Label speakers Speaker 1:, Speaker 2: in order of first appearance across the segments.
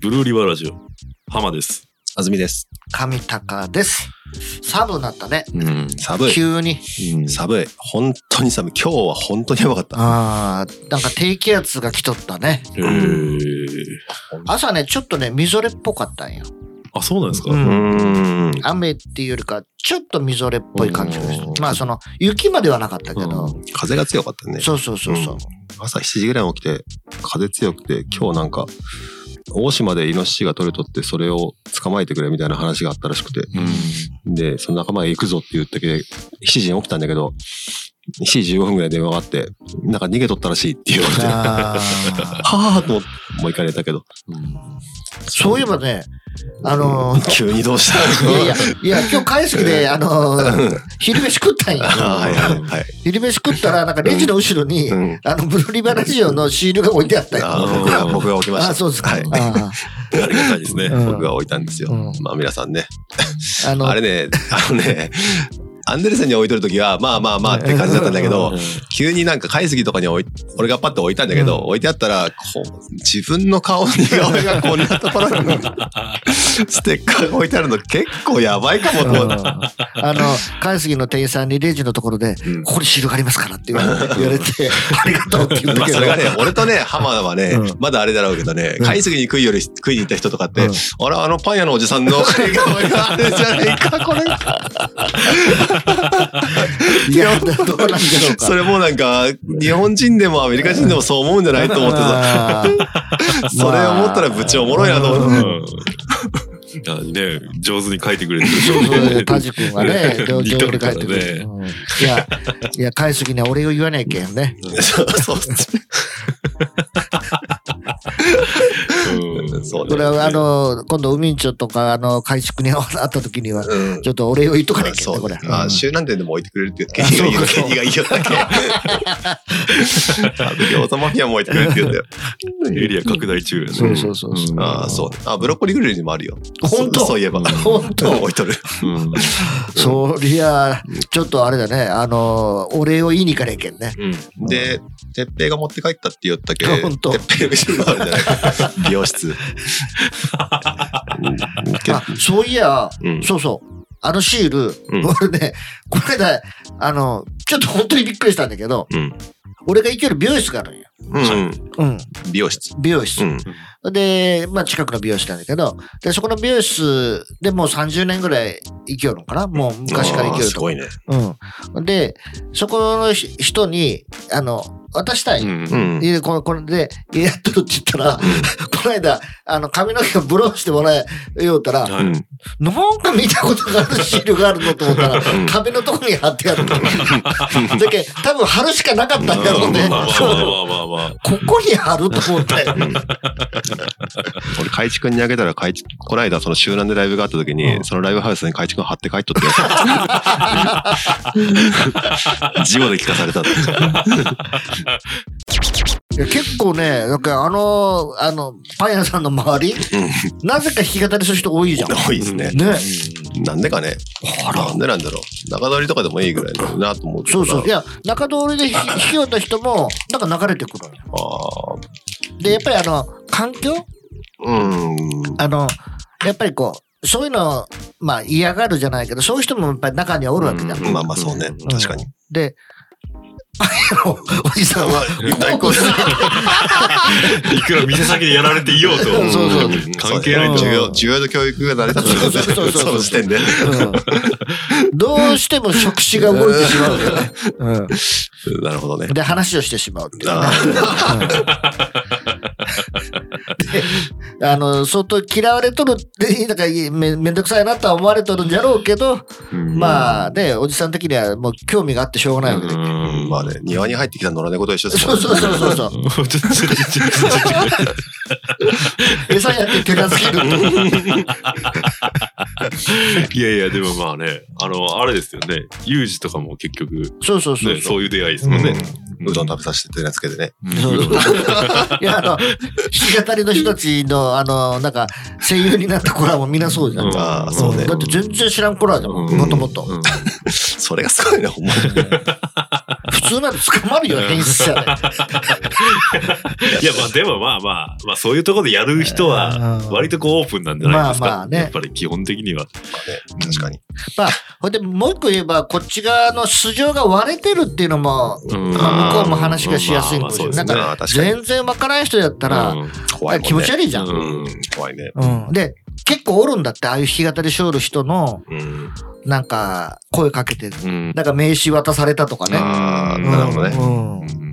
Speaker 1: ブルーリバーラジオ浜です
Speaker 2: 安住です。
Speaker 3: 上高です。寒なったね。
Speaker 2: うん、寒い。
Speaker 3: 急に。
Speaker 1: うん
Speaker 2: 寒い。本当に寒い。今日は本当にやばかった。
Speaker 3: ああ、なんか低気圧が来とったね。
Speaker 1: えー、
Speaker 3: 朝ね、ちょっとね、みぞれっぽかったんよ。
Speaker 1: あそうなんですか、
Speaker 3: う
Speaker 2: うんん。
Speaker 3: 雨っていうよりか、ちょっとみぞれっぽい感じがし
Speaker 2: うん
Speaker 3: た。まあ、その、雪まではなかったけど。
Speaker 2: 風が強かったね。
Speaker 3: そうそうそうそう。
Speaker 2: うん朝7時ぐらいに起きて、風強くて、今日なんか、大島でイノシシが取れとって、それを捕まえてくれみたいな話があったらしくて、で、その仲間が行くぞって言ってきて、7時に起きたんだけど、7時15分ぐらいで電話があって、なんか逃げとったらしいっていうことで、は
Speaker 3: あ
Speaker 2: ぁ
Speaker 3: ー
Speaker 2: ーと思ってもう一回寝たけど、
Speaker 3: そういえばね、あの ー、
Speaker 2: 急にどうし
Speaker 3: い
Speaker 2: た
Speaker 3: やいや、いや、今日会席で、あのー、
Speaker 2: うん
Speaker 3: 昼飯食ったんよ。
Speaker 2: あー はいはいはい。
Speaker 3: 昼飯食ったら、なんかレジの後ろに
Speaker 2: う、ん
Speaker 3: あの、ブルーリバラジオのシールが置いてあったよ。
Speaker 2: あ
Speaker 1: ー
Speaker 2: の僕が僕が置きました。
Speaker 3: あ、そうですか。
Speaker 2: はい。
Speaker 3: あ
Speaker 1: ありがたいですね、
Speaker 3: うん
Speaker 2: 僕が置いたんですよ。
Speaker 3: うん
Speaker 2: まあ皆さんね。
Speaker 3: ーあの
Speaker 2: あれね、あのね、アンデルセンに置いとる時は、まあまあまあって感じだったんだけど、急になんか買いすぎとかに置い、俺がパッと置いたんだけど、
Speaker 3: うん
Speaker 2: 置いてあったら、こう、自分の顔に顔がこんなところ に、ステッカーが置いてあるの結構やばいかもと
Speaker 3: う
Speaker 2: 思って。
Speaker 3: んあの、関杉の店員さんにレジのところで、
Speaker 2: うん
Speaker 3: ここにシールがありますからって言われて、言わ れてありがとうって言うん
Speaker 2: まあ
Speaker 3: だけど
Speaker 2: それ。がね、俺とね、浜田はね、
Speaker 3: うん
Speaker 2: まだあれだろうけどね、
Speaker 3: うん
Speaker 2: 買いすぎに食いより食いに行った人とかって、
Speaker 3: うん
Speaker 2: あら、あのパン屋のおじさん の買い顔があるじゃないか、 これ。
Speaker 3: いや、どうなんだろうか。
Speaker 2: それもなんか、日本人でもアメリカ人でもそう思うんじゃないと思って さ、
Speaker 3: あー
Speaker 2: それ思ったら部長おもろいなと思っ
Speaker 1: うん
Speaker 2: て。
Speaker 1: いやね上手に書いてくれてる
Speaker 3: そうそう、タジ君 がね、両手
Speaker 1: リ
Speaker 3: を
Speaker 1: ト
Speaker 3: 振
Speaker 1: ル
Speaker 3: り
Speaker 1: か
Speaker 3: 返
Speaker 1: ら
Speaker 3: って
Speaker 1: ね
Speaker 3: くれて。うんいや、いや、返すぎには俺を言わないけんね。
Speaker 2: そうそうそう
Speaker 1: うん
Speaker 2: そうね
Speaker 3: これは、あの、今度、ウミンチョとか、あの、会食に会った時には、
Speaker 2: うん
Speaker 3: ちょっとお礼を言っとかないけん
Speaker 2: そ
Speaker 3: ね、
Speaker 2: う
Speaker 3: これ。
Speaker 2: ま
Speaker 3: う
Speaker 2: あ、
Speaker 3: ん
Speaker 2: 周南店でも置いてくれるっていう、ケニーが言う、ケニーが言うだけ。あの餃子マフィアも置いてくれるって言 うんだよ。
Speaker 1: エリア拡大中やね
Speaker 3: そうそうそうそ
Speaker 1: う
Speaker 3: う
Speaker 1: ん
Speaker 2: ああ、そう。あ、ブロッコリーグリルにもあるよ。
Speaker 3: 本当
Speaker 2: そうそういえば。
Speaker 3: 本当
Speaker 2: 置いとる。
Speaker 1: うん
Speaker 3: そりゃあ、ちょっとあれだね、あの、お礼を言いに行かねえけんね。
Speaker 2: で、哲平が持って帰ったって言ったっけ
Speaker 3: ほんと
Speaker 2: 哲平後ろがあるじゃない美容 室。け
Speaker 3: あ、そういや、
Speaker 2: うん
Speaker 3: そうそう。あのシール、
Speaker 2: うん
Speaker 3: 俺ね、この間、あの、ちょっと本当にびっくりしたんだけど、
Speaker 2: うん
Speaker 3: 俺が行ける美容室があるんよ。
Speaker 2: うん
Speaker 3: うん、
Speaker 2: 美容室。
Speaker 3: 美容室
Speaker 2: う。ん
Speaker 3: で、まあ近くの美容室なんだけど、で、そこの美容室でもう30年ぐらい生きよるのかなもう昔か
Speaker 2: あ
Speaker 3: ら生きよ
Speaker 2: ー
Speaker 3: る
Speaker 2: す
Speaker 3: と
Speaker 2: ごいね。
Speaker 3: うん。で、そこのひ人に、あの、渡したい。
Speaker 1: うん
Speaker 2: うん。
Speaker 3: いやこれこれで、いややっとるって言ったら、 この間、あの、髪の毛をブローしてもらえようったら、
Speaker 1: はい
Speaker 3: なんか見たことがあるシールがあるのと思ったら
Speaker 2: ん、
Speaker 3: 壁のとこに貼ってあ る。だけど多分貼るしかなかったんだろうね。
Speaker 1: まあまあ
Speaker 3: こ
Speaker 1: まあまあまあまあ
Speaker 3: こに貼ると思って。
Speaker 2: 俺、海地君にあげたら、海地、こないだその集団でライブがあった時に、
Speaker 3: うん
Speaker 2: そのライブハウスに海地君貼って帰っとってやつ。事後で聞かされたって。
Speaker 3: いや結構ね、なんかあの、あの、パン屋さんの周り、なぜか弾き語りする人多いじゃん。
Speaker 2: 多いですね。
Speaker 3: ね。
Speaker 2: なんでかね。なんでなんだろう。中取りとかでもいいぐらいだよなと思うけど
Speaker 3: そう
Speaker 2: な
Speaker 3: そう。いや、中通りでひ弾きよった人も、なんか流れてくるのよ
Speaker 2: あ
Speaker 3: で、やっぱりあの、環境
Speaker 2: ーうん。
Speaker 3: あの、やっぱりこう、そういうの、まあ嫌がるじゃないけど、そういう人もやっぱり中にはおるわけじゃん。
Speaker 1: うん
Speaker 2: まあまあそうね。
Speaker 1: うん
Speaker 2: 確かに。
Speaker 3: で、あの、おじさんは、
Speaker 2: 大好
Speaker 1: いくら店先でやられていようと
Speaker 3: そうそう
Speaker 1: 関係ない
Speaker 3: と思う
Speaker 2: 重要、需要の教育が成り立つ
Speaker 3: そうそうそうそう
Speaker 2: その時点で。
Speaker 3: うんどうしても触手が動いてしまうんだよね。
Speaker 2: なるほどね
Speaker 3: うん。で、話をしてしまうっていうね。
Speaker 2: あ
Speaker 3: であの相当嫌われとるってなんかめめんどくさいなとは思われとるんじゃろうけど、まあねおじさん的にはもう興味があってしょうがないわけで、
Speaker 2: ーうんまあね、庭に入ってきた野良猫と一緒です
Speaker 3: そ
Speaker 2: もん
Speaker 3: う
Speaker 2: ね
Speaker 3: そうそうそうそう
Speaker 1: ちょちょちょちょちょ
Speaker 3: 餌やって手なずける
Speaker 1: いやいや、でもまあね、あの、あれですよね。ユージとかも結局、ね、
Speaker 3: そうそうそう
Speaker 1: そういう出会いですもんね。
Speaker 2: うどん食べさせて手なつけてね。
Speaker 3: そうそういやあの弾き語りの人たちのあのなんか声優になった子らもみんなそうじゃん、
Speaker 1: うん
Speaker 2: ああ、そうね
Speaker 3: だ。って全然知らん子らじゃん
Speaker 1: うん
Speaker 3: もともと
Speaker 1: うん
Speaker 2: それがすごいね、ほんまに。
Speaker 3: 普通なら捕まるよ、変質者で。
Speaker 1: いや、まあでもまあまあ、まあそういうところでやる人は、
Speaker 3: うん
Speaker 1: 割とこうオープンなんじゃないですか。
Speaker 3: まあまあね
Speaker 1: やっぱり基本的には。
Speaker 2: 確かに。
Speaker 3: ほんで、もう一個言えば、こっち側の素性が割れてるっていうのも、
Speaker 1: うん
Speaker 3: まあ向こうも話がしやすいん
Speaker 1: まあま
Speaker 3: ですよ
Speaker 1: あそうですね
Speaker 3: なん
Speaker 2: あー確かに
Speaker 3: 全然わからん人だったら、
Speaker 1: うん
Speaker 2: 怖いもんね。
Speaker 3: 気持ち悪いじゃん。
Speaker 1: うん
Speaker 2: 怖いね。
Speaker 3: うん。で、結構おるんだって、ああいう弾き語りしょる人の、
Speaker 1: うん
Speaker 3: なんか、声かけてる。
Speaker 1: うん
Speaker 3: なんか名刺渡されたとかね。
Speaker 2: ああ、
Speaker 1: ー
Speaker 2: なるほどね。
Speaker 3: うんうん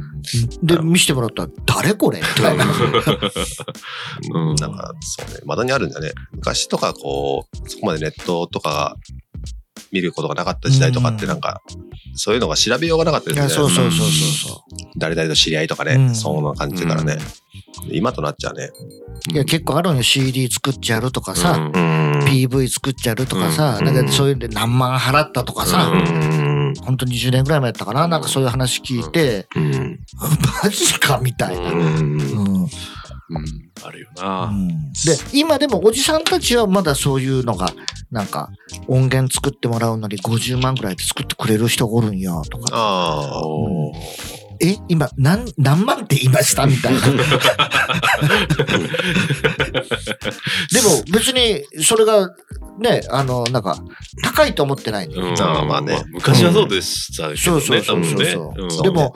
Speaker 3: で、見せてもらったら、誰これみ たいな。
Speaker 1: うん
Speaker 2: なんか、そうね、まだにあるんだね。昔とか、こう、そこまでネットとか見ることがなかった時代とかって、
Speaker 3: うん
Speaker 2: なんか、そういうのが調べようがなかったで
Speaker 3: い
Speaker 2: すよ
Speaker 3: や、
Speaker 2: ね。
Speaker 3: そうそうそうそうそ
Speaker 2: 誰々と知り合いとかね、
Speaker 3: うん
Speaker 2: そんな感じだからね。今となっちゃうね。
Speaker 3: う。いや、結構あるんよ。CD 作っちゃるとか
Speaker 1: う
Speaker 3: さ、
Speaker 1: ん
Speaker 3: PV 作っちゃるとかさ、
Speaker 1: うん
Speaker 3: なんかそういうんで何万払ったとか
Speaker 1: う
Speaker 3: さ、
Speaker 2: ん。
Speaker 3: ほんと20年ぐらい前やったかな。
Speaker 1: うん
Speaker 3: なんかそういう話聞いて、
Speaker 2: うん。
Speaker 3: マジかみたいな。
Speaker 2: うん。
Speaker 3: うん
Speaker 1: あるよな。
Speaker 3: で今でもおじさんたちはまだそういうのがなんか音源作ってもらうのに50万ぐらいで作ってくれる人がおるんやとか
Speaker 2: ああ。
Speaker 1: おー
Speaker 3: え今何何万って言いましたみ たいなでも別にそれがねあのなんか高いと思ってないのよ
Speaker 1: うん
Speaker 2: あーまあね
Speaker 1: 昔はそうでしたけ
Speaker 3: そう
Speaker 1: ど
Speaker 3: そう
Speaker 1: ね、
Speaker 3: そ
Speaker 1: 多
Speaker 3: うそ
Speaker 1: 分
Speaker 3: う
Speaker 1: ね
Speaker 3: そう、
Speaker 1: うん
Speaker 3: でも弾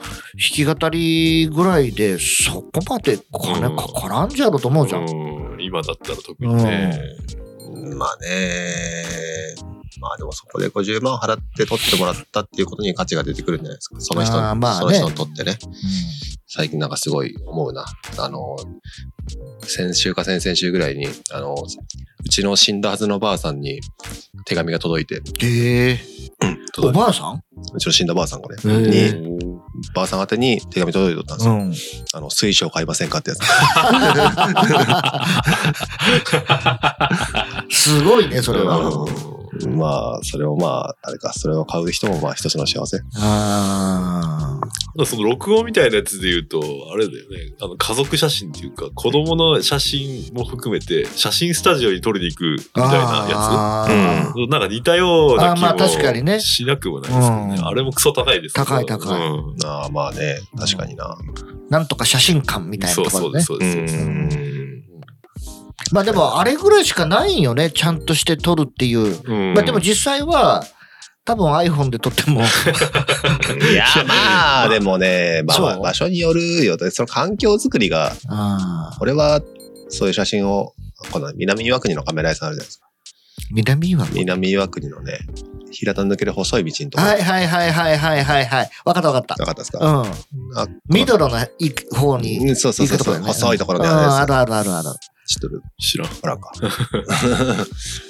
Speaker 3: き語りぐらいでそこまで金かからんじゃろと思うじゃん、
Speaker 1: うん今だったら特にね。
Speaker 2: まあね。まあでもそこで50万払って取ってもらったっていうことに価値が出てくるんじゃないですか。その人
Speaker 3: あー
Speaker 2: に、
Speaker 3: まあね
Speaker 2: その人にとってね。最近なんかすごい思うな。あの、先週か先々週ぐらいに、あの、うちの死んだはずのばあさんに手紙が届いて、
Speaker 3: ええお
Speaker 2: 届い
Speaker 3: ばあさん
Speaker 2: うちの死んだばあさんが
Speaker 1: ね
Speaker 2: ね、に、ばあさん宛てに手紙届いてったんですよ。
Speaker 3: ん
Speaker 2: あの、水晶買いませんかってやつ。
Speaker 3: すごいね、それは。
Speaker 2: まあ、それをまあ、あれか、それを買う人もまあ一つの幸せ。
Speaker 3: あ
Speaker 1: うんその録音みたいなやつで言うと、あれだよね、あの家族写真っていうか、子供の写真も含めて、写真スタジオに撮りに行くみ
Speaker 3: あ。
Speaker 1: たいなや
Speaker 3: や
Speaker 1: つ。なんか似たような
Speaker 3: あー
Speaker 1: 気
Speaker 3: まあ確かにね
Speaker 1: もしなくもないですけどね。
Speaker 3: うん
Speaker 1: あれもクソ高いですけど
Speaker 3: 高い高い
Speaker 1: うん
Speaker 2: ああ、まあね、確かにな。
Speaker 3: なんとか写真館みたいな
Speaker 1: そ
Speaker 3: と
Speaker 1: う
Speaker 3: こ
Speaker 1: そ
Speaker 3: ろ
Speaker 1: うで
Speaker 3: ね
Speaker 1: す、。そうです。そうです
Speaker 2: うん
Speaker 3: まあでも、あれぐらいしかないんよね、ちゃんとして撮るっていう。
Speaker 1: うん
Speaker 3: まあでも実際は、多分 iPhone で撮って も、
Speaker 2: いや、まあ、でもね、まあまあ、
Speaker 3: そう
Speaker 2: 場所によるよ。その環境づくりが、
Speaker 3: あー
Speaker 2: 俺は、そういう写真を、この南岩国のカメラ屋さんあるじゃないですか。
Speaker 3: 南は。
Speaker 2: 南岩国のね、平田抜ける細い道のところ。
Speaker 3: はいはいはいはいはいはいはい。わかったわかっ
Speaker 2: なかったです
Speaker 3: た。
Speaker 2: か、
Speaker 3: うん。
Speaker 2: あ
Speaker 3: ミドルの行く方に
Speaker 2: うんそうそう
Speaker 3: 行
Speaker 2: そう
Speaker 3: く
Speaker 2: そ
Speaker 3: とこ
Speaker 2: う、
Speaker 3: ろね。
Speaker 2: 細いところ
Speaker 3: う
Speaker 2: で
Speaker 3: ん
Speaker 2: あ
Speaker 3: あ
Speaker 2: れで
Speaker 3: るあるあるある。
Speaker 2: す。知っとる
Speaker 1: 知らん。
Speaker 2: ほらか。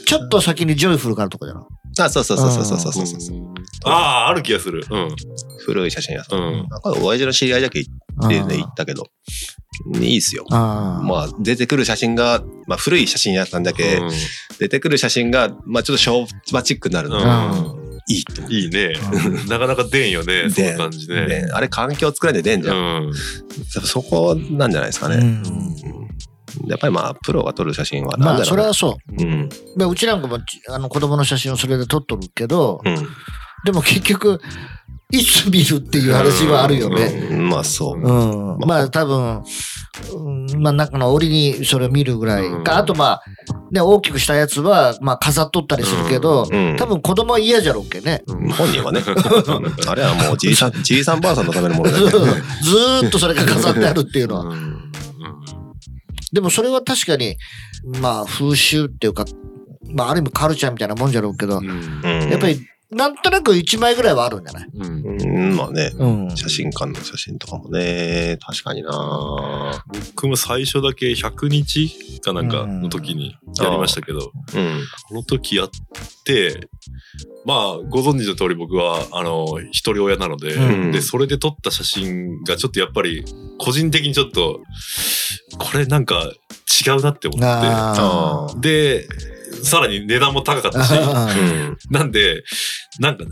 Speaker 3: ちょっと先にジョイフルがあるとこじゃな
Speaker 2: あ、そうそうそうそうそうそうそうそう。
Speaker 1: ああ、ある気がする。うん。
Speaker 2: 古い写真屋さん。
Speaker 1: うん。
Speaker 2: なんか親父の知り合いだけ行っ
Speaker 3: い
Speaker 2: てね、行ったけど、いいっすよ。
Speaker 3: ああ。
Speaker 2: まあ、出てくる写真が、まあ、古い写真屋さんだけ、
Speaker 1: うん
Speaker 2: 出てくる写真が、まあ、ちょっと昭和チックになるの、
Speaker 1: う
Speaker 2: で
Speaker 1: ん
Speaker 2: いいと思う。
Speaker 1: いいね。 なかなか出んよね、そ
Speaker 2: 出ん
Speaker 1: の感じね。
Speaker 2: であれ環境作られて出んじ
Speaker 1: う
Speaker 2: ゃん、
Speaker 1: ん。
Speaker 2: そこなんじゃないですかね、
Speaker 3: うん
Speaker 2: やっぱりまあプロが撮る写真は
Speaker 3: ま
Speaker 2: なんだろ
Speaker 3: あ、そうれ
Speaker 2: な、
Speaker 3: はそう。
Speaker 2: うん
Speaker 3: まあ、うちなんかもちあの子供の写真をそれで撮っとるけど、
Speaker 2: う
Speaker 3: でも結局、いつ見るっていう話はあるよね。
Speaker 2: んまあそう、
Speaker 1: うん
Speaker 3: うん。
Speaker 2: ん
Speaker 3: まあ多分、うんまあ中の折にそれを見るぐらい
Speaker 1: うん
Speaker 3: か。あとまあ、ね、大きくしたやつは、まあ飾っとったりするけど、
Speaker 2: うん
Speaker 3: 多分子供は嫌じゃろうけね。
Speaker 2: 本人は ねあれはもうじいさんじいさんばあさんのためのも
Speaker 3: ず
Speaker 2: のだよね
Speaker 3: ーっとそれが飾ってあるっていうの
Speaker 1: う
Speaker 3: は。
Speaker 1: ん
Speaker 3: でもそれは確かに、まあ風習っていうか、まあある意味カルチャーみたいなもんじゃろうけど、
Speaker 1: うん
Speaker 2: うん
Speaker 3: やっぱりなんとなく1枚ぐらいはあるんじゃない
Speaker 1: うん
Speaker 2: うんまあね
Speaker 3: うん。
Speaker 2: 写真館の写真とかもね確かにな
Speaker 1: 僕も最初だけ100日かなんかの時にやりましたけど、
Speaker 2: うん
Speaker 1: この時やって、まあ、ご存知の通り僕は、あの、一人親なので、
Speaker 3: うん
Speaker 1: で、それで撮った写真がちょっとやっぱり、個人的にちょっと、これなんか違うなって思っ
Speaker 3: あ
Speaker 2: あ
Speaker 1: て、で、さらに値段も高か ったし、
Speaker 2: あ
Speaker 3: あ。
Speaker 2: うん
Speaker 1: なんで、なんかね、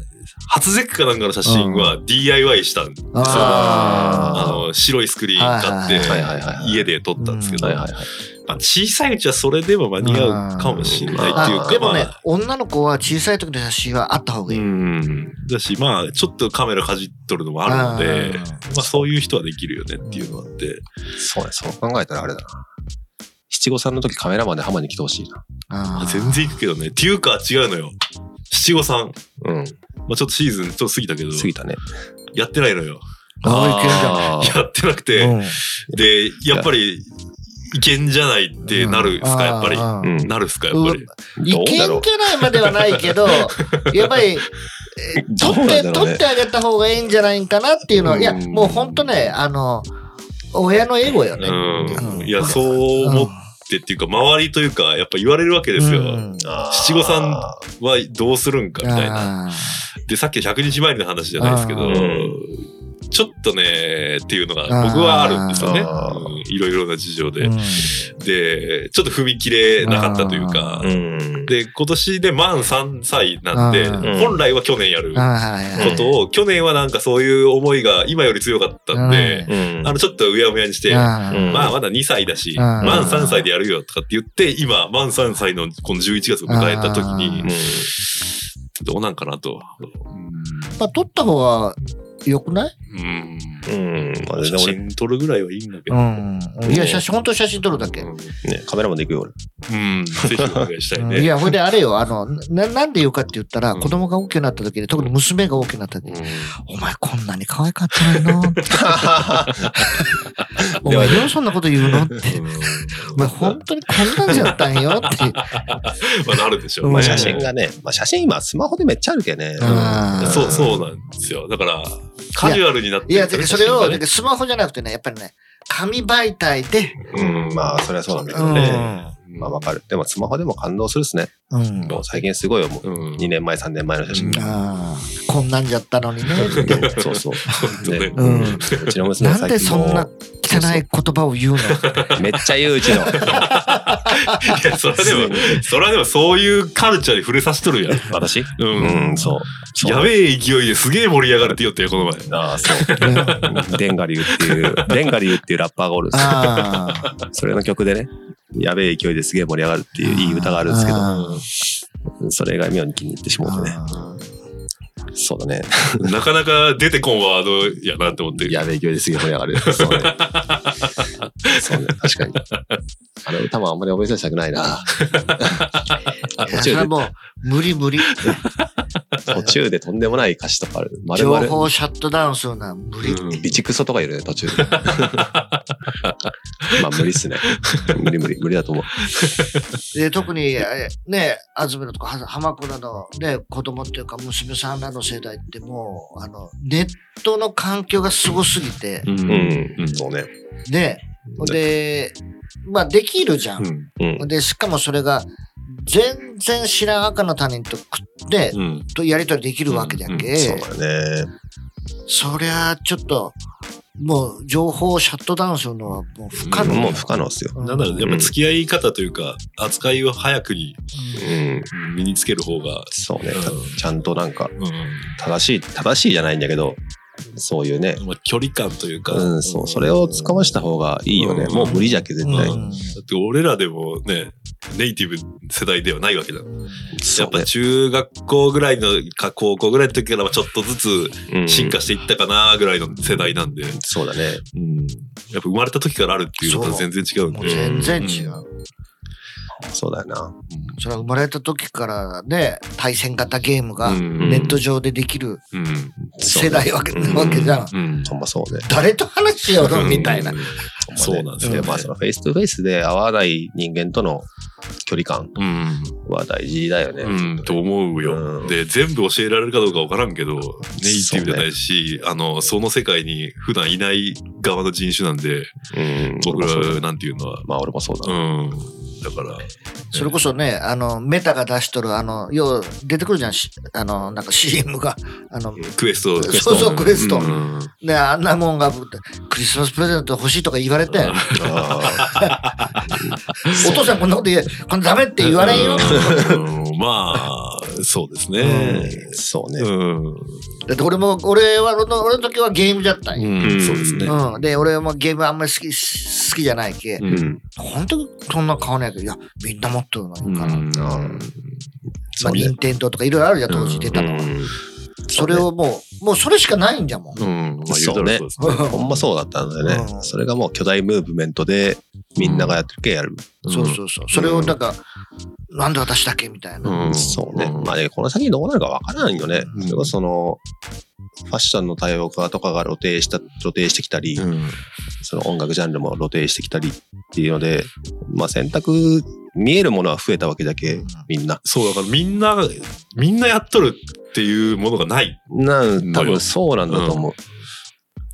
Speaker 1: 初絶句かなんかの写真は DIY したんですよ。
Speaker 3: あ
Speaker 1: あの白いスクリーン買って、
Speaker 3: はい
Speaker 2: はいはいはいはい
Speaker 1: 家で撮ったんですけど、
Speaker 2: はいはいはい
Speaker 1: まあ、小さいうちはそれでも間に合うかもしれないっていう
Speaker 3: あ
Speaker 1: か、
Speaker 3: でも
Speaker 1: ま
Speaker 3: ね
Speaker 1: あ、
Speaker 3: 女の子は小さい時の写真はあった方が
Speaker 1: う
Speaker 3: いい。
Speaker 1: ん。だし、まあ、ちょっとカメラかじっとるのもあるので、
Speaker 2: あ
Speaker 1: まあ、そういう人はできるよねっていうのがあって。
Speaker 2: そうね、そう考えたらあれだな。七五三の時カメラマンで浜に来てほしいな。
Speaker 3: あ
Speaker 1: あ
Speaker 3: ー
Speaker 1: 全然行くけどね。っていうか、違うのよ。七五三。
Speaker 2: うん、
Speaker 1: まあ、ちょっとシーズン、ちょっと過ぎたけど、
Speaker 2: 過ぎたね。
Speaker 1: やってないのよ。
Speaker 3: あーいけるじゃん
Speaker 2: あー
Speaker 1: やってなくて、
Speaker 3: うん
Speaker 1: で、やっぱり、いけんじゃないってなるっすか、やっぱり。
Speaker 3: うん
Speaker 2: うん
Speaker 1: なるっすか、やっぱり。
Speaker 3: いけんじゃないまではないけど、 やっぱり、
Speaker 2: どう
Speaker 3: 取っ
Speaker 2: な
Speaker 3: て、
Speaker 2: んだろう
Speaker 3: 取
Speaker 2: ね
Speaker 3: ってあげた方がいいんじゃないかなっていうのは、いや、
Speaker 2: うん
Speaker 3: もう本当ね、あの、親のエゴよね。
Speaker 1: うん。
Speaker 3: うん
Speaker 1: いや、そう思ってっていうか、周りというか、やっぱ言われるわけですよ。
Speaker 3: うん
Speaker 1: 七五三はどうするんかみたいな。
Speaker 3: あー
Speaker 1: で、さっきの100日前の話じゃないですけ
Speaker 3: あ
Speaker 1: ど
Speaker 2: ー、
Speaker 1: ちょっとね、っていうのが僕はあるんですよね。
Speaker 2: あー
Speaker 1: うんいろいろな事情で
Speaker 3: う。ん
Speaker 1: で、ちょっと踏み切れなかったというか
Speaker 2: う、ん。
Speaker 1: で、今年で満3歳なんで、
Speaker 3: あ
Speaker 2: ー
Speaker 1: 本来は去年やるこ
Speaker 3: あーはいはい
Speaker 1: とを、去年はなんかそういう思いが今より強かったんで、
Speaker 2: うん
Speaker 1: あの、ちょっとうやむやにして、
Speaker 3: あー
Speaker 2: うん
Speaker 1: まあまだ2歳だし、
Speaker 3: うん
Speaker 1: 満3歳でやるよとかって言って、今、満3歳のこの11月を迎えた時
Speaker 3: う
Speaker 1: に
Speaker 2: うん、
Speaker 1: どうなんかなと。
Speaker 3: まあ、取った方が良くない
Speaker 1: うん。
Speaker 2: うん。まあ、
Speaker 1: 写
Speaker 2: 全然
Speaker 1: 真撮るぐらいはいいんだけど。
Speaker 3: ん。いや、写真、本当写真撮るだけ。
Speaker 2: 俺、ね、カメラマンで行くよ、俺。
Speaker 1: うん。ぜひお願いしたい
Speaker 3: い
Speaker 1: ね。
Speaker 3: や、ほいであれよ、あの、な、なんで言うかって言ったら、
Speaker 1: うん
Speaker 3: 子供が大きくなった時に、特に娘が大きくなった時
Speaker 1: う
Speaker 3: に、
Speaker 1: ん
Speaker 3: お前こんなに可愛かったのになお前ようそんなこと言うのって。お前本当にこんなんじゃったんよって。
Speaker 1: まあなるでしょ
Speaker 3: う
Speaker 1: うん
Speaker 2: まあ、
Speaker 1: ね。
Speaker 2: 写真がね、まあ、写真今、スマホでめっちゃあるけどね。
Speaker 3: うん
Speaker 1: そう、そうなんですよ。だから、カジュアルになって
Speaker 3: いや、だからそれを、
Speaker 1: 写真がね
Speaker 3: だからスマホじゃなくてね、やっぱりね、紙媒体で、
Speaker 2: うん。まあ、それはそうなんだけどね。まあ、わかる。でも、スマホでも感動するっすね。
Speaker 3: うん。
Speaker 2: もう最近すごいよ、もう。
Speaker 1: うん
Speaker 2: 2年前、3年前の写真。
Speaker 3: ああ、こんなんじゃったのにね。
Speaker 2: そうそう。
Speaker 1: 当ね
Speaker 2: ね
Speaker 3: う
Speaker 2: うんん。うちの娘は
Speaker 3: なん
Speaker 2: 最
Speaker 3: で
Speaker 2: 近
Speaker 3: そ
Speaker 2: も
Speaker 3: んな
Speaker 2: う
Speaker 3: 汚い言葉を言うの
Speaker 2: めっちゃ言ううちの。
Speaker 1: いや、それはでも、それはでもそういうカルチャーに触れさせとるやん。
Speaker 2: 私
Speaker 1: うん
Speaker 2: うん、そう。そう
Speaker 1: やべえ勢いですげえ盛り上がれてよってよ、この前。
Speaker 2: ああ、そう。
Speaker 3: うん
Speaker 2: デンガリューっ ていう、デンガリューっていうラッパーがおるんですよ
Speaker 3: ああ。
Speaker 2: それの曲でね、やべえ勢いですげえ盛り上がるっていういい歌があるんですけ
Speaker 3: あ
Speaker 2: ど、それが妙に気に入ってしまうね。
Speaker 3: あ
Speaker 2: そうだね。
Speaker 1: なかなか出てこんワードやなって思って。
Speaker 2: やべえ勢いですげえ盛り上がる。そうね。そうね、確かに。あの歌もあんまり思い出したくないな。
Speaker 3: ー。
Speaker 2: 途
Speaker 3: それ
Speaker 2: 中
Speaker 3: は
Speaker 2: で、
Speaker 3: もう、無理無理。
Speaker 2: 途中でとんでもない歌詞とかある。まる
Speaker 3: 情
Speaker 2: まる
Speaker 3: 報をシャットダウンするのは無理。
Speaker 1: うん
Speaker 2: 備蓄ソとかいる ね、途中で。まあ無理っすね。無理無理、無理だと思う。
Speaker 3: で特に、えね、安住のとか、は浜倉の、ね、子供っていうか、娘さんらの世代ってもう、あの、ネットの環境がすごすぎて、
Speaker 1: う。
Speaker 2: うん
Speaker 1: うん
Speaker 2: ん、そうね。
Speaker 3: ね、で、まあ、できるじゃん。
Speaker 2: うん。
Speaker 3: で、しかもそれが、全然知らん赤の他人とくって、
Speaker 1: うん。
Speaker 3: とやりとりできるわけじゃんけ。
Speaker 2: そうだね。
Speaker 3: そりゃ、ちょっと、もう、情報をシャットダウンするのはもう不可能。
Speaker 2: もう不可能っすよ。
Speaker 1: なんだろうね、やっ
Speaker 2: う
Speaker 1: ぱ
Speaker 2: ん
Speaker 1: 付き合い方というか、扱いを早くに
Speaker 2: うん。
Speaker 1: 身につける方が、
Speaker 2: そうね。
Speaker 1: うん
Speaker 2: ちゃんとなんか、
Speaker 1: う
Speaker 2: 正しい、正しいじゃないんだけど、そういうね。
Speaker 1: んまあ、距離感というか、
Speaker 2: うん、そう。それをつかました方がいいよね。
Speaker 1: うん
Speaker 2: もう無理じゃけ、絶
Speaker 3: うん
Speaker 2: 対。
Speaker 1: うだって俺らでもね、ネイティブ世代ではないわけだ。
Speaker 2: そ
Speaker 1: やっ
Speaker 2: うね
Speaker 1: ぱ中学校ぐらいのか高校ぐらいの時からはちょっとずつ
Speaker 2: うん
Speaker 1: 進化していったかなぐらいの世代なんで、
Speaker 2: そうだね。
Speaker 1: やっぱ生まれた時からあるっていうのとは全然違うん
Speaker 3: も
Speaker 1: で
Speaker 3: う。全然違う。
Speaker 2: そうだよな。
Speaker 3: それは生まれた時からね、対戦型ゲームが
Speaker 1: うん
Speaker 3: ネット上でできる
Speaker 1: うん
Speaker 2: そうね
Speaker 3: 世代わけ,、
Speaker 2: うん
Speaker 3: わけじゃん。
Speaker 1: うん
Speaker 2: ほんまそうね。
Speaker 3: 誰と話しようのみたいな。
Speaker 1: う
Speaker 3: うんん
Speaker 1: そうなんです
Speaker 2: け
Speaker 1: よ
Speaker 2: ど
Speaker 1: ね
Speaker 2: まあ、そのフェイストゥフェイスで会わない人間との距離感
Speaker 1: うん
Speaker 2: は大事だよね。
Speaker 1: うん、と思うよ、
Speaker 2: うん
Speaker 1: で、全部教えられるかどうかわからんけど、ネイティブじゃないし、あの、その世界に普段いない側の人種なんで、
Speaker 2: うん。
Speaker 1: 僕
Speaker 2: 俺もそうだ
Speaker 1: らなんていうのは、
Speaker 2: まあ、俺もそうだ。
Speaker 1: うん。だから、
Speaker 3: それこそね、あの、メタが出しとる、あの、よう、出てくるじゃん、しあの、なんか CM が。あの、
Speaker 1: クエスト、クエス
Speaker 3: そうそう、クエスト。
Speaker 2: うん
Speaker 3: ね、あんなもんが、クリスマスプレゼント欲しいとか言われて、
Speaker 2: あ
Speaker 3: お父さんこんなこと言え、これダメって言われんよ。
Speaker 1: うんまあ、そうですね。
Speaker 2: ー そう
Speaker 1: う
Speaker 2: ね。
Speaker 1: ん。うん
Speaker 3: だって俺も、俺は、俺の俺の時はゲームじゃったんよ。
Speaker 1: そうですね。
Speaker 3: うん、で、俺もゲームあんまり好き、好きじゃないけ。
Speaker 1: う。
Speaker 2: うんん。
Speaker 3: 本当にそんな買わないけど、いや、みんな持ってるの
Speaker 1: う
Speaker 3: にから。
Speaker 1: ん
Speaker 2: あー
Speaker 3: ま
Speaker 2: そ
Speaker 3: あ、
Speaker 2: うね
Speaker 3: 任天堂とかいろいろあるじゃん、当時出た
Speaker 2: う
Speaker 3: の。
Speaker 2: ん
Speaker 3: それをもう、もうそれしかないんじゃもん。
Speaker 1: うん。まあ、言う
Speaker 2: そ
Speaker 1: た
Speaker 2: う
Speaker 1: ら
Speaker 2: ね
Speaker 1: そうですね。
Speaker 2: ほんまそうだったんだよね
Speaker 3: う。ん
Speaker 2: それがもう巨大ムーブメントでみんながやってるけやる。
Speaker 3: そうそうそう。それをなんか、なんで私だけみたいな。
Speaker 1: うん
Speaker 2: そうね。
Speaker 1: うん
Speaker 2: まあね、この先どうなるかわからんよね。
Speaker 1: うん
Speaker 2: それこそその、ファッションの多様化とかが露呈した、露呈してきたり、
Speaker 1: うん
Speaker 2: その音楽ジャンルも露呈してきたりっていうので、まあ選択、見えるものは増えたわけだけ、みんな。
Speaker 1: そう、だからみんな、みんなやっとるっていうものがない。
Speaker 2: なん、多分そうなんだと思う。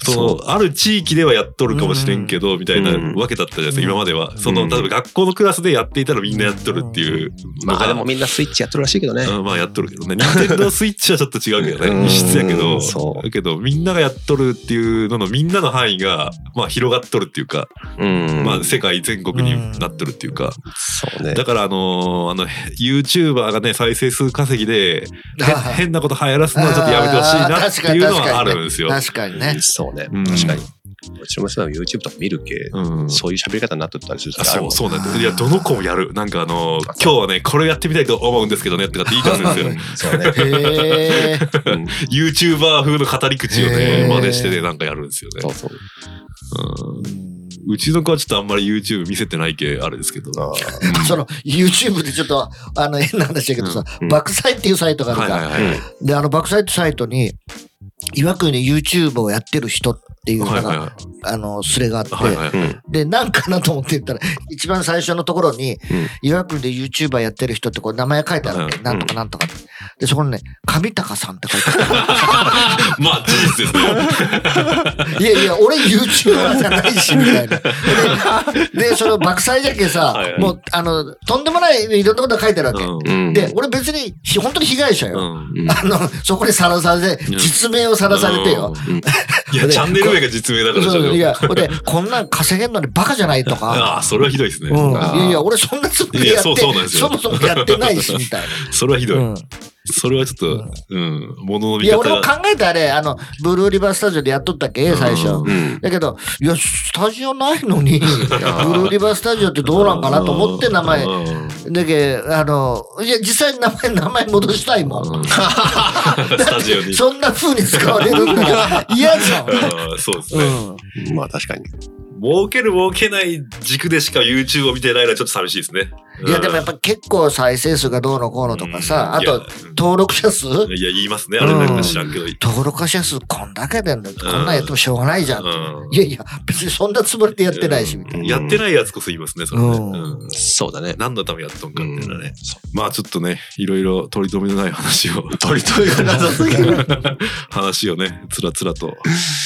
Speaker 1: そのある地域ではやっとるかもしれんけど、みたいな
Speaker 2: うん
Speaker 1: わけだったじゃないですか、
Speaker 3: うん
Speaker 1: 今までは。その、
Speaker 2: うん
Speaker 1: 例えば学校のクラスでやっていたらみんなやっとるっていうの
Speaker 2: ま
Speaker 1: が。
Speaker 2: あでもみんなスイッチやってるらしいけどね。
Speaker 1: うんまあやっとるけどね。任天堂スイッチはちょっと違うけど
Speaker 2: うん
Speaker 1: ね。異質やけ
Speaker 2: う
Speaker 1: ど
Speaker 2: んそう。
Speaker 1: だけど、みんながやっとるっていうのの、みんなの範囲が、まあ広がっとるっていうか、
Speaker 2: うん。
Speaker 1: まあ世界全国になっとるっていうか。
Speaker 2: そうね。
Speaker 1: だからあのーあの、YouTuber がね、再生数稼ぎで、へ
Speaker 3: あー
Speaker 1: 変なこと流行らすのはちょっとやめてほしいなっていうのはあるんですよ。
Speaker 3: 確かにね。
Speaker 2: そうね。
Speaker 1: うん
Speaker 2: 確かに。うちの娘は YouTube とか見るけ、
Speaker 1: うん
Speaker 2: そういう喋り方になってたりする時
Speaker 1: あ
Speaker 2: あ
Speaker 1: そ
Speaker 2: るもん
Speaker 1: うそうなんですいやどの子もやるなんかあの今日はねこれやってみたいと思うんですけどねとかって言い出すんですよ
Speaker 2: そうね。
Speaker 3: へえ。
Speaker 2: うん
Speaker 1: YouTuber 風の語り口を
Speaker 3: へ
Speaker 1: ね
Speaker 3: ー
Speaker 1: 真似してねなんかやるんですよ
Speaker 2: そう
Speaker 1: ね
Speaker 2: そう。
Speaker 1: うんうちの子はちょっとあんまり YouTube 見せてないけあれですけど
Speaker 2: あ
Speaker 1: うん
Speaker 3: その YouTube でちょっとあの変な話だけどさ、
Speaker 2: うん
Speaker 3: バックサイっていうサイトがある
Speaker 1: は
Speaker 3: か
Speaker 1: い
Speaker 3: ら、
Speaker 1: はいはいはい
Speaker 3: であのバックサイトサイトに岩国で YouTube をやってる人っていうのが、
Speaker 1: はいはいは
Speaker 3: あのスレがあって、
Speaker 1: いはいはい
Speaker 2: うん
Speaker 3: でなんかなと思って言ったら一番最初のところに、
Speaker 2: うん
Speaker 3: 岩国で YouTuber やってる人ってこう名前書いてあるわけ、
Speaker 1: うん
Speaker 3: なんとかなんとかってでそこにね上高さんって書いてある
Speaker 1: まあ事実ですね
Speaker 3: いやいや、俺 YouTuber じゃないし、みたいな。で、でその爆災じゃけさ、
Speaker 1: はいはい
Speaker 3: もう、あの、とんでもないいろんなことが書いてあるわけ。
Speaker 1: う
Speaker 2: うん
Speaker 3: で、俺別に、ひ本当に被害者
Speaker 1: ん
Speaker 3: よ。
Speaker 1: うん
Speaker 2: うん
Speaker 3: あの、そこにさらされて、
Speaker 1: うん
Speaker 3: 実名をさらされてよ。
Speaker 1: うんいやチャンネル名が実名だから
Speaker 3: そうい
Speaker 1: じゃ
Speaker 3: や、ほんで、こんなん稼げんのにバカじゃないと
Speaker 1: ああ
Speaker 3: か。
Speaker 1: ーそれはひどいですね
Speaker 3: うん、い
Speaker 2: あー
Speaker 3: やいや、俺そんなつもりで
Speaker 1: い
Speaker 3: や
Speaker 1: や
Speaker 3: って
Speaker 1: そうそうなんですよ
Speaker 3: もそもやってないし、みたい
Speaker 1: それはひ
Speaker 3: な。
Speaker 1: どい
Speaker 3: うん
Speaker 1: それはちょっとうん物の
Speaker 3: い
Speaker 1: 見
Speaker 3: や、
Speaker 1: 方
Speaker 3: 俺も
Speaker 1: が
Speaker 3: 考えたあれ、あの、ブルーリバースタジオでやっとったっけ、最初。
Speaker 1: うん
Speaker 2: うん
Speaker 3: だけど、いや、スタジオないのに、ブルーリバースタジオってどうなんかなと思って名前。
Speaker 1: うん
Speaker 3: だけあの、いや、実際に名前、名前戻したいもん。
Speaker 1: スタジオに。
Speaker 3: そんな風に使われるんだ から嫌じゃん。
Speaker 1: うんそうです
Speaker 3: う
Speaker 1: ね。
Speaker 3: ん。
Speaker 2: まあ確かに。
Speaker 1: 儲ける儲けない軸でしか YouTube を見てないのはちょっと寂しいですね。
Speaker 3: いや、でもやっぱ結構再生数がどうのこうのとかさ、あ
Speaker 1: うんいや
Speaker 3: と、登録者数
Speaker 1: うんいや、言いますね。あれなんか知らんけど。うん
Speaker 3: 登録者数こんだけでんだこんなんやってもしょうがないじゃん。
Speaker 1: うん
Speaker 3: いやいや、別にそんなつもりでやってないし、みたいな。
Speaker 1: やってないやつこそ言いますね、それね。
Speaker 3: うん
Speaker 1: うん
Speaker 2: そうだね。
Speaker 1: 何のためやっとんかみたいなね。
Speaker 2: そ
Speaker 1: まあちょっとね、いろいろ取り留めのない話を、
Speaker 2: う 取り留めがなさすぎる。
Speaker 1: 話をね、つらつらと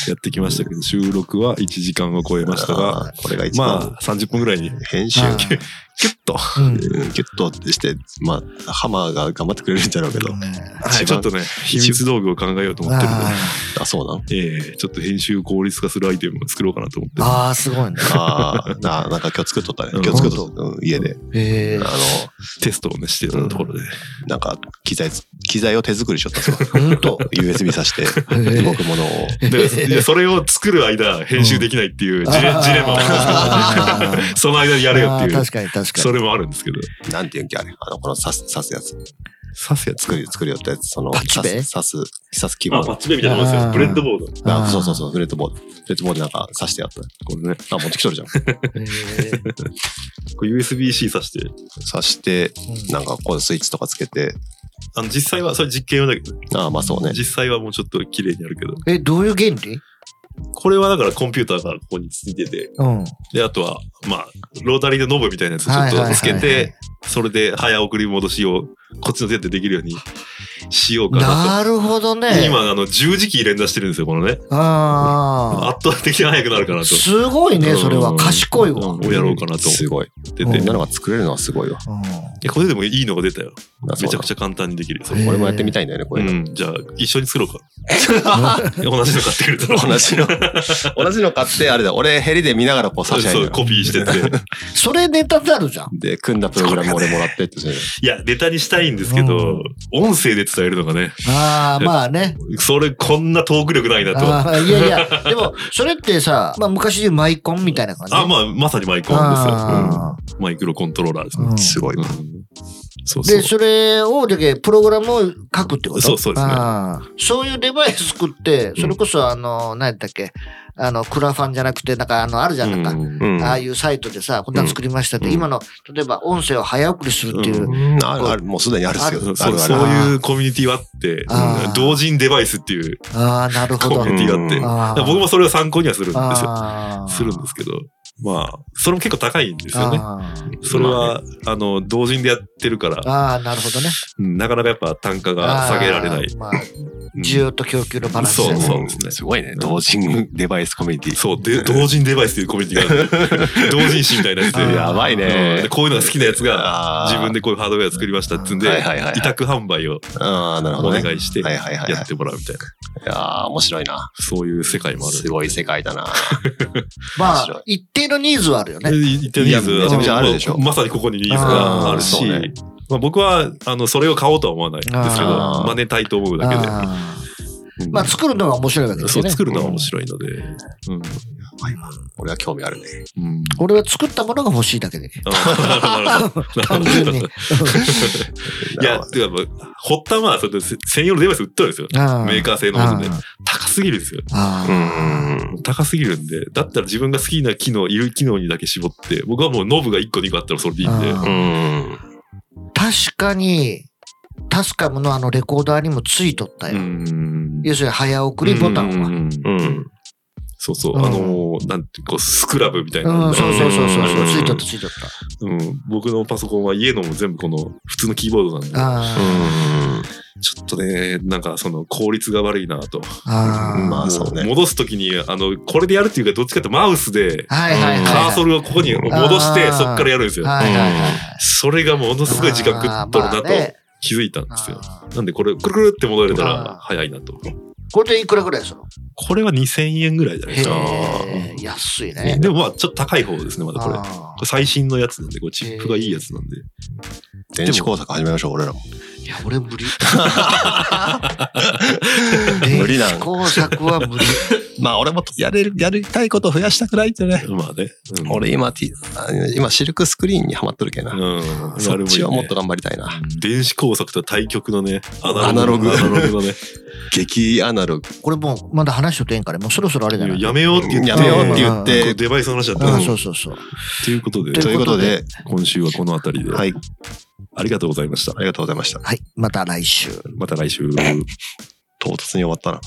Speaker 1: やってきましたけど、収録は1時間を超えましたが、
Speaker 2: あーこれが一
Speaker 1: ま
Speaker 2: 番
Speaker 1: あ30分ぐらいに
Speaker 2: 編集
Speaker 3: あー
Speaker 2: キュッキュッと、
Speaker 3: うん
Speaker 2: うんギュッとってして、まあハマーが頑張ってくれるんだろうけど。
Speaker 1: はい、ちょっとね、秘密道具を考えようと思ってるんで
Speaker 3: あ、
Speaker 2: あ、そう なの
Speaker 1: ええちょっと編集を効率化するアイテムを作ろうかなと思って。
Speaker 3: あー、すごいね。
Speaker 2: あーあー、なんか今日作っとったね。
Speaker 1: うん
Speaker 2: 今日作っとった、うん家で。
Speaker 3: へえ
Speaker 2: あの、
Speaker 1: テストをね、してるところで。
Speaker 2: なんか機材、機材を手作りしとったそう。
Speaker 3: ほんと。
Speaker 2: USB 挿して、
Speaker 3: え
Speaker 2: 動くものを。
Speaker 1: だからいやそれを作る間、編集できないっていうジレ,、ジレマもあるんですけどね その間にやれよってい
Speaker 3: あ
Speaker 1: う
Speaker 3: ー確。かに確かに。
Speaker 1: それもあるんですけど。
Speaker 2: なんていうんけ、あれ。あの、この刺す、刺すやつ。
Speaker 1: サスや
Speaker 2: 作り、作りよったやつ。その、
Speaker 3: パッチベ
Speaker 2: 刺す、刺す、刺すキーボ
Speaker 1: あ、
Speaker 2: ー
Speaker 1: パ
Speaker 2: ド
Speaker 1: ッ。チベみたいなもんです
Speaker 3: あー
Speaker 1: よ。ブレッドボード。
Speaker 2: あ
Speaker 3: あー
Speaker 2: そうそうそう、フレットボード。フレットボードなんか刺してやった。
Speaker 1: これね。
Speaker 2: あ、持ってきとるじゃん。
Speaker 3: へー
Speaker 1: これ USB-C 挿して。
Speaker 2: 刺して、
Speaker 3: うん
Speaker 2: なんかこうスイッチとかつけて、
Speaker 1: あの、実際は、それ実験用だけどね。
Speaker 2: ああ、まあそうね。
Speaker 1: 実際はもうちょっと綺麗にやるけど。
Speaker 3: え、どういう原理
Speaker 1: これはだからコンピューターからここについてて。
Speaker 3: うん。
Speaker 1: で、あとは、まあ、ロータリーのノブみたいなやつをちょっとつけ
Speaker 3: はいはいはいは
Speaker 1: て、それで早送り戻しをこっちの手でできるようにしようかな
Speaker 3: なるほ
Speaker 1: と。
Speaker 3: どね。
Speaker 1: 今、あの、十字キー連打してるんですよ、このね。
Speaker 3: あ
Speaker 1: 圧倒的に速くなるかな
Speaker 3: あ。
Speaker 1: と。
Speaker 3: すごいね、それ
Speaker 1: う
Speaker 3: は。
Speaker 1: ん
Speaker 3: 賢いわ。
Speaker 1: をやろうかなと
Speaker 2: すごい。
Speaker 1: 出
Speaker 3: うん
Speaker 1: て
Speaker 2: みんなのが作れるのはすごいわ。
Speaker 3: う
Speaker 1: いやこれでもいいのが出たよ。めちゃくち
Speaker 2: ゃ。
Speaker 1: ゃ簡単にできるよ。そ
Speaker 3: へ
Speaker 1: れ
Speaker 3: え
Speaker 2: 俺もやってみたいんだよね、こ
Speaker 1: う
Speaker 2: れ。
Speaker 1: ん、じゃあ、一緒に作ろうか。同じの買ってくれたら。
Speaker 2: 同じの。同じの買って、あれだ、俺ヘリで見ながらこう
Speaker 1: そう
Speaker 2: 差し合い
Speaker 1: そ
Speaker 2: だ
Speaker 1: う、
Speaker 2: よ
Speaker 1: コピーしてって。
Speaker 3: ん それネタになるじゃん。
Speaker 2: で、組んだプログラム俺もらってって言って
Speaker 1: い
Speaker 2: た
Speaker 1: や、ネタにしたいんですけど、音声で伝えるのがね、
Speaker 3: ああ、まあね。
Speaker 1: それこんなトーク力ないなと。
Speaker 3: あーいやいや、でも、それってさ、まあ昔で言うマイコンみたいな感じ。
Speaker 1: あ、まあ、まさにマイコンですよ。
Speaker 3: あ
Speaker 1: うんマイクロコントローラーです
Speaker 3: ー、
Speaker 1: ね。
Speaker 3: うん
Speaker 2: よ。すごいわ。
Speaker 1: そう
Speaker 3: で、
Speaker 1: そう。
Speaker 3: それを、だけプログラムを書くってこと
Speaker 1: そうそうですね
Speaker 3: あーそういうデバイス作って、それこそ、あの、何やったっけ、あの、クラファンじゃなくて、なんか、あの、あるじゃん、なんか、
Speaker 1: うん
Speaker 2: うん。
Speaker 3: ああいうサイトでさ、こんなの作りましたって、
Speaker 1: うん
Speaker 3: 今の、例えば音声を早送りするっていう、
Speaker 2: うんあるある、もうすでにあるっすよ。
Speaker 1: そう
Speaker 2: あ
Speaker 1: そう
Speaker 2: るあ
Speaker 1: そう
Speaker 2: る
Speaker 1: いうコミュニティはあって
Speaker 3: あー、
Speaker 1: 同人デバイスっていう
Speaker 3: ああ、なるほど。
Speaker 1: コミュニティがあって、
Speaker 2: うん
Speaker 1: だ
Speaker 3: あ
Speaker 1: から僕もそれを参考にはするんですよ。
Speaker 3: あー
Speaker 1: するんですけど、まあ、それも結構高いんですよね。
Speaker 3: あー
Speaker 1: それは、あの、同人でやってるから、
Speaker 3: あー、なるほどね。
Speaker 1: うんなかなかやっぱ単価が下げられない
Speaker 3: あ。ーまあ、
Speaker 1: うん
Speaker 3: 需要と供給のバランス
Speaker 1: そう
Speaker 3: だね
Speaker 1: そうですね
Speaker 2: すごいね。同人デバイスコミュニティ。
Speaker 1: そう、で同人デバイスっていうコミュニティがあるんで 同人誌みたいなやつで
Speaker 3: あー
Speaker 2: やばい
Speaker 1: うん
Speaker 2: ね
Speaker 1: で。こういうのが好きなやつが、
Speaker 2: あー
Speaker 1: 自分でこういうハードウェア作りましたっつうんで、
Speaker 2: はいはいはい
Speaker 1: 委託販売を
Speaker 2: ああ、なるほ
Speaker 1: お
Speaker 2: どね。
Speaker 1: 願いして、
Speaker 2: はいはいはいはい
Speaker 1: やってもらうみたいな、
Speaker 2: いやー面白いな。
Speaker 1: そういう世界もある。
Speaker 2: すごい世界だな。
Speaker 3: ま
Speaker 2: 面白
Speaker 3: あ
Speaker 2: い、
Speaker 3: 一定のニーズはあるよね。
Speaker 1: い一定のニーズ
Speaker 2: いやめちゃめちゃあるでしょ
Speaker 1: ままさにここにニーズがあるし、
Speaker 2: うんそうね
Speaker 1: まあ、僕はあのそれを買おうとは思わないですけど
Speaker 2: あー
Speaker 1: 真似たいと思うだけで
Speaker 3: あー
Speaker 1: うん
Speaker 3: まあ、作るのが面白いわけです
Speaker 1: そ
Speaker 3: よ
Speaker 1: う
Speaker 3: ね。
Speaker 1: 作るのは面白いので、うん
Speaker 2: 俺は興味あるね。
Speaker 1: うん
Speaker 3: 俺は作ったものが欲しいだけで。
Speaker 1: あーなるほど なるほ
Speaker 3: 単
Speaker 1: ど
Speaker 3: 純 に。
Speaker 1: いや、てかまあ、発端は、それで専用のデバイス売ってるんですよ。メ
Speaker 3: メ
Speaker 1: ーカー製のもので。高すぎるんですよ。
Speaker 3: あ
Speaker 2: う
Speaker 3: ー
Speaker 2: ん。
Speaker 1: 高すぎるんで、だったら自分が好きな機能、いる機能にだけ絞って、僕はもうノブが1個2個あったらそれでいいんで。
Speaker 3: あー
Speaker 2: うん。
Speaker 3: 確かに、タスカムのあのレコーダーにもついとった
Speaker 1: う
Speaker 3: よ。
Speaker 1: ん。
Speaker 3: 要するに早送りボタン
Speaker 1: う
Speaker 3: は。
Speaker 1: ん
Speaker 2: うん。
Speaker 1: そうそう、
Speaker 3: うん
Speaker 1: あのーなんていうか、スクラブみたいな。
Speaker 3: うん、そうそうそうそう
Speaker 2: う
Speaker 3: そ
Speaker 2: ん
Speaker 3: う、ついとったついとった。
Speaker 1: うん僕のパソコンは家のも全部この普通のキーボードなんで、
Speaker 3: あ
Speaker 1: ちょっとね、なんかその効率が悪いなと。
Speaker 3: ーあー。
Speaker 2: まあそうね
Speaker 1: も戻すときに、あの、これでやるっていうか、どっちかってマウスで、
Speaker 3: はいはいはい。
Speaker 1: カーソルをここに戻して、
Speaker 3: あー
Speaker 1: そこからやるんですよ。
Speaker 3: はいはいはい。
Speaker 1: それがものすごい時間食っとるな
Speaker 3: あーまあね
Speaker 1: と気づいたんですよ。
Speaker 3: あー
Speaker 1: なんでこれ、くるくるって戻れた
Speaker 3: あー
Speaker 1: ら早いなと。
Speaker 3: これでいくらぐらいするの
Speaker 1: これは2000円ぐらいじゃないですか。
Speaker 3: へえ、安いね。
Speaker 1: でもまあ、ちょっと高い方ですね、まだこれ。こ
Speaker 3: あ
Speaker 1: れ最新のやつなんで、これチップがいいやつ なんで。
Speaker 2: 電子工作始めましょう、俺らも。
Speaker 3: ーいや、俺無理。
Speaker 2: 無理な
Speaker 3: 電
Speaker 2: ん
Speaker 3: 子工作は無理。
Speaker 2: まあ俺もやれる、やりたいことを増やしたくないってね。
Speaker 1: まあね。うん、
Speaker 2: 俺今、T- あ今シルクスクリーンにハマっとるけどな。
Speaker 1: うん。
Speaker 2: そっちはもっと
Speaker 1: な
Speaker 2: 頑張りたいな。
Speaker 1: 電子工作とは対極のね、
Speaker 2: アナログ
Speaker 1: アナログのね。
Speaker 2: 激アナログ。
Speaker 3: これもうまだ話しとってんから、もうそろそろあれだよ。
Speaker 1: やめようって言って、
Speaker 2: やめようって言っ
Speaker 1: こう
Speaker 2: て。
Speaker 1: デバイスの話だった
Speaker 3: あ
Speaker 1: な
Speaker 3: あ、
Speaker 1: と
Speaker 3: そうそうそう。
Speaker 1: いうことで、
Speaker 3: と
Speaker 2: と
Speaker 3: い
Speaker 2: いうう
Speaker 3: こ
Speaker 2: ことと
Speaker 3: で
Speaker 2: で、
Speaker 1: 今週はこの辺りで、
Speaker 2: はい、
Speaker 1: ありがとうございました
Speaker 2: あ。りがとうございました。
Speaker 3: はい、また来週。
Speaker 1: また来週。
Speaker 2: 唐突に終わったな。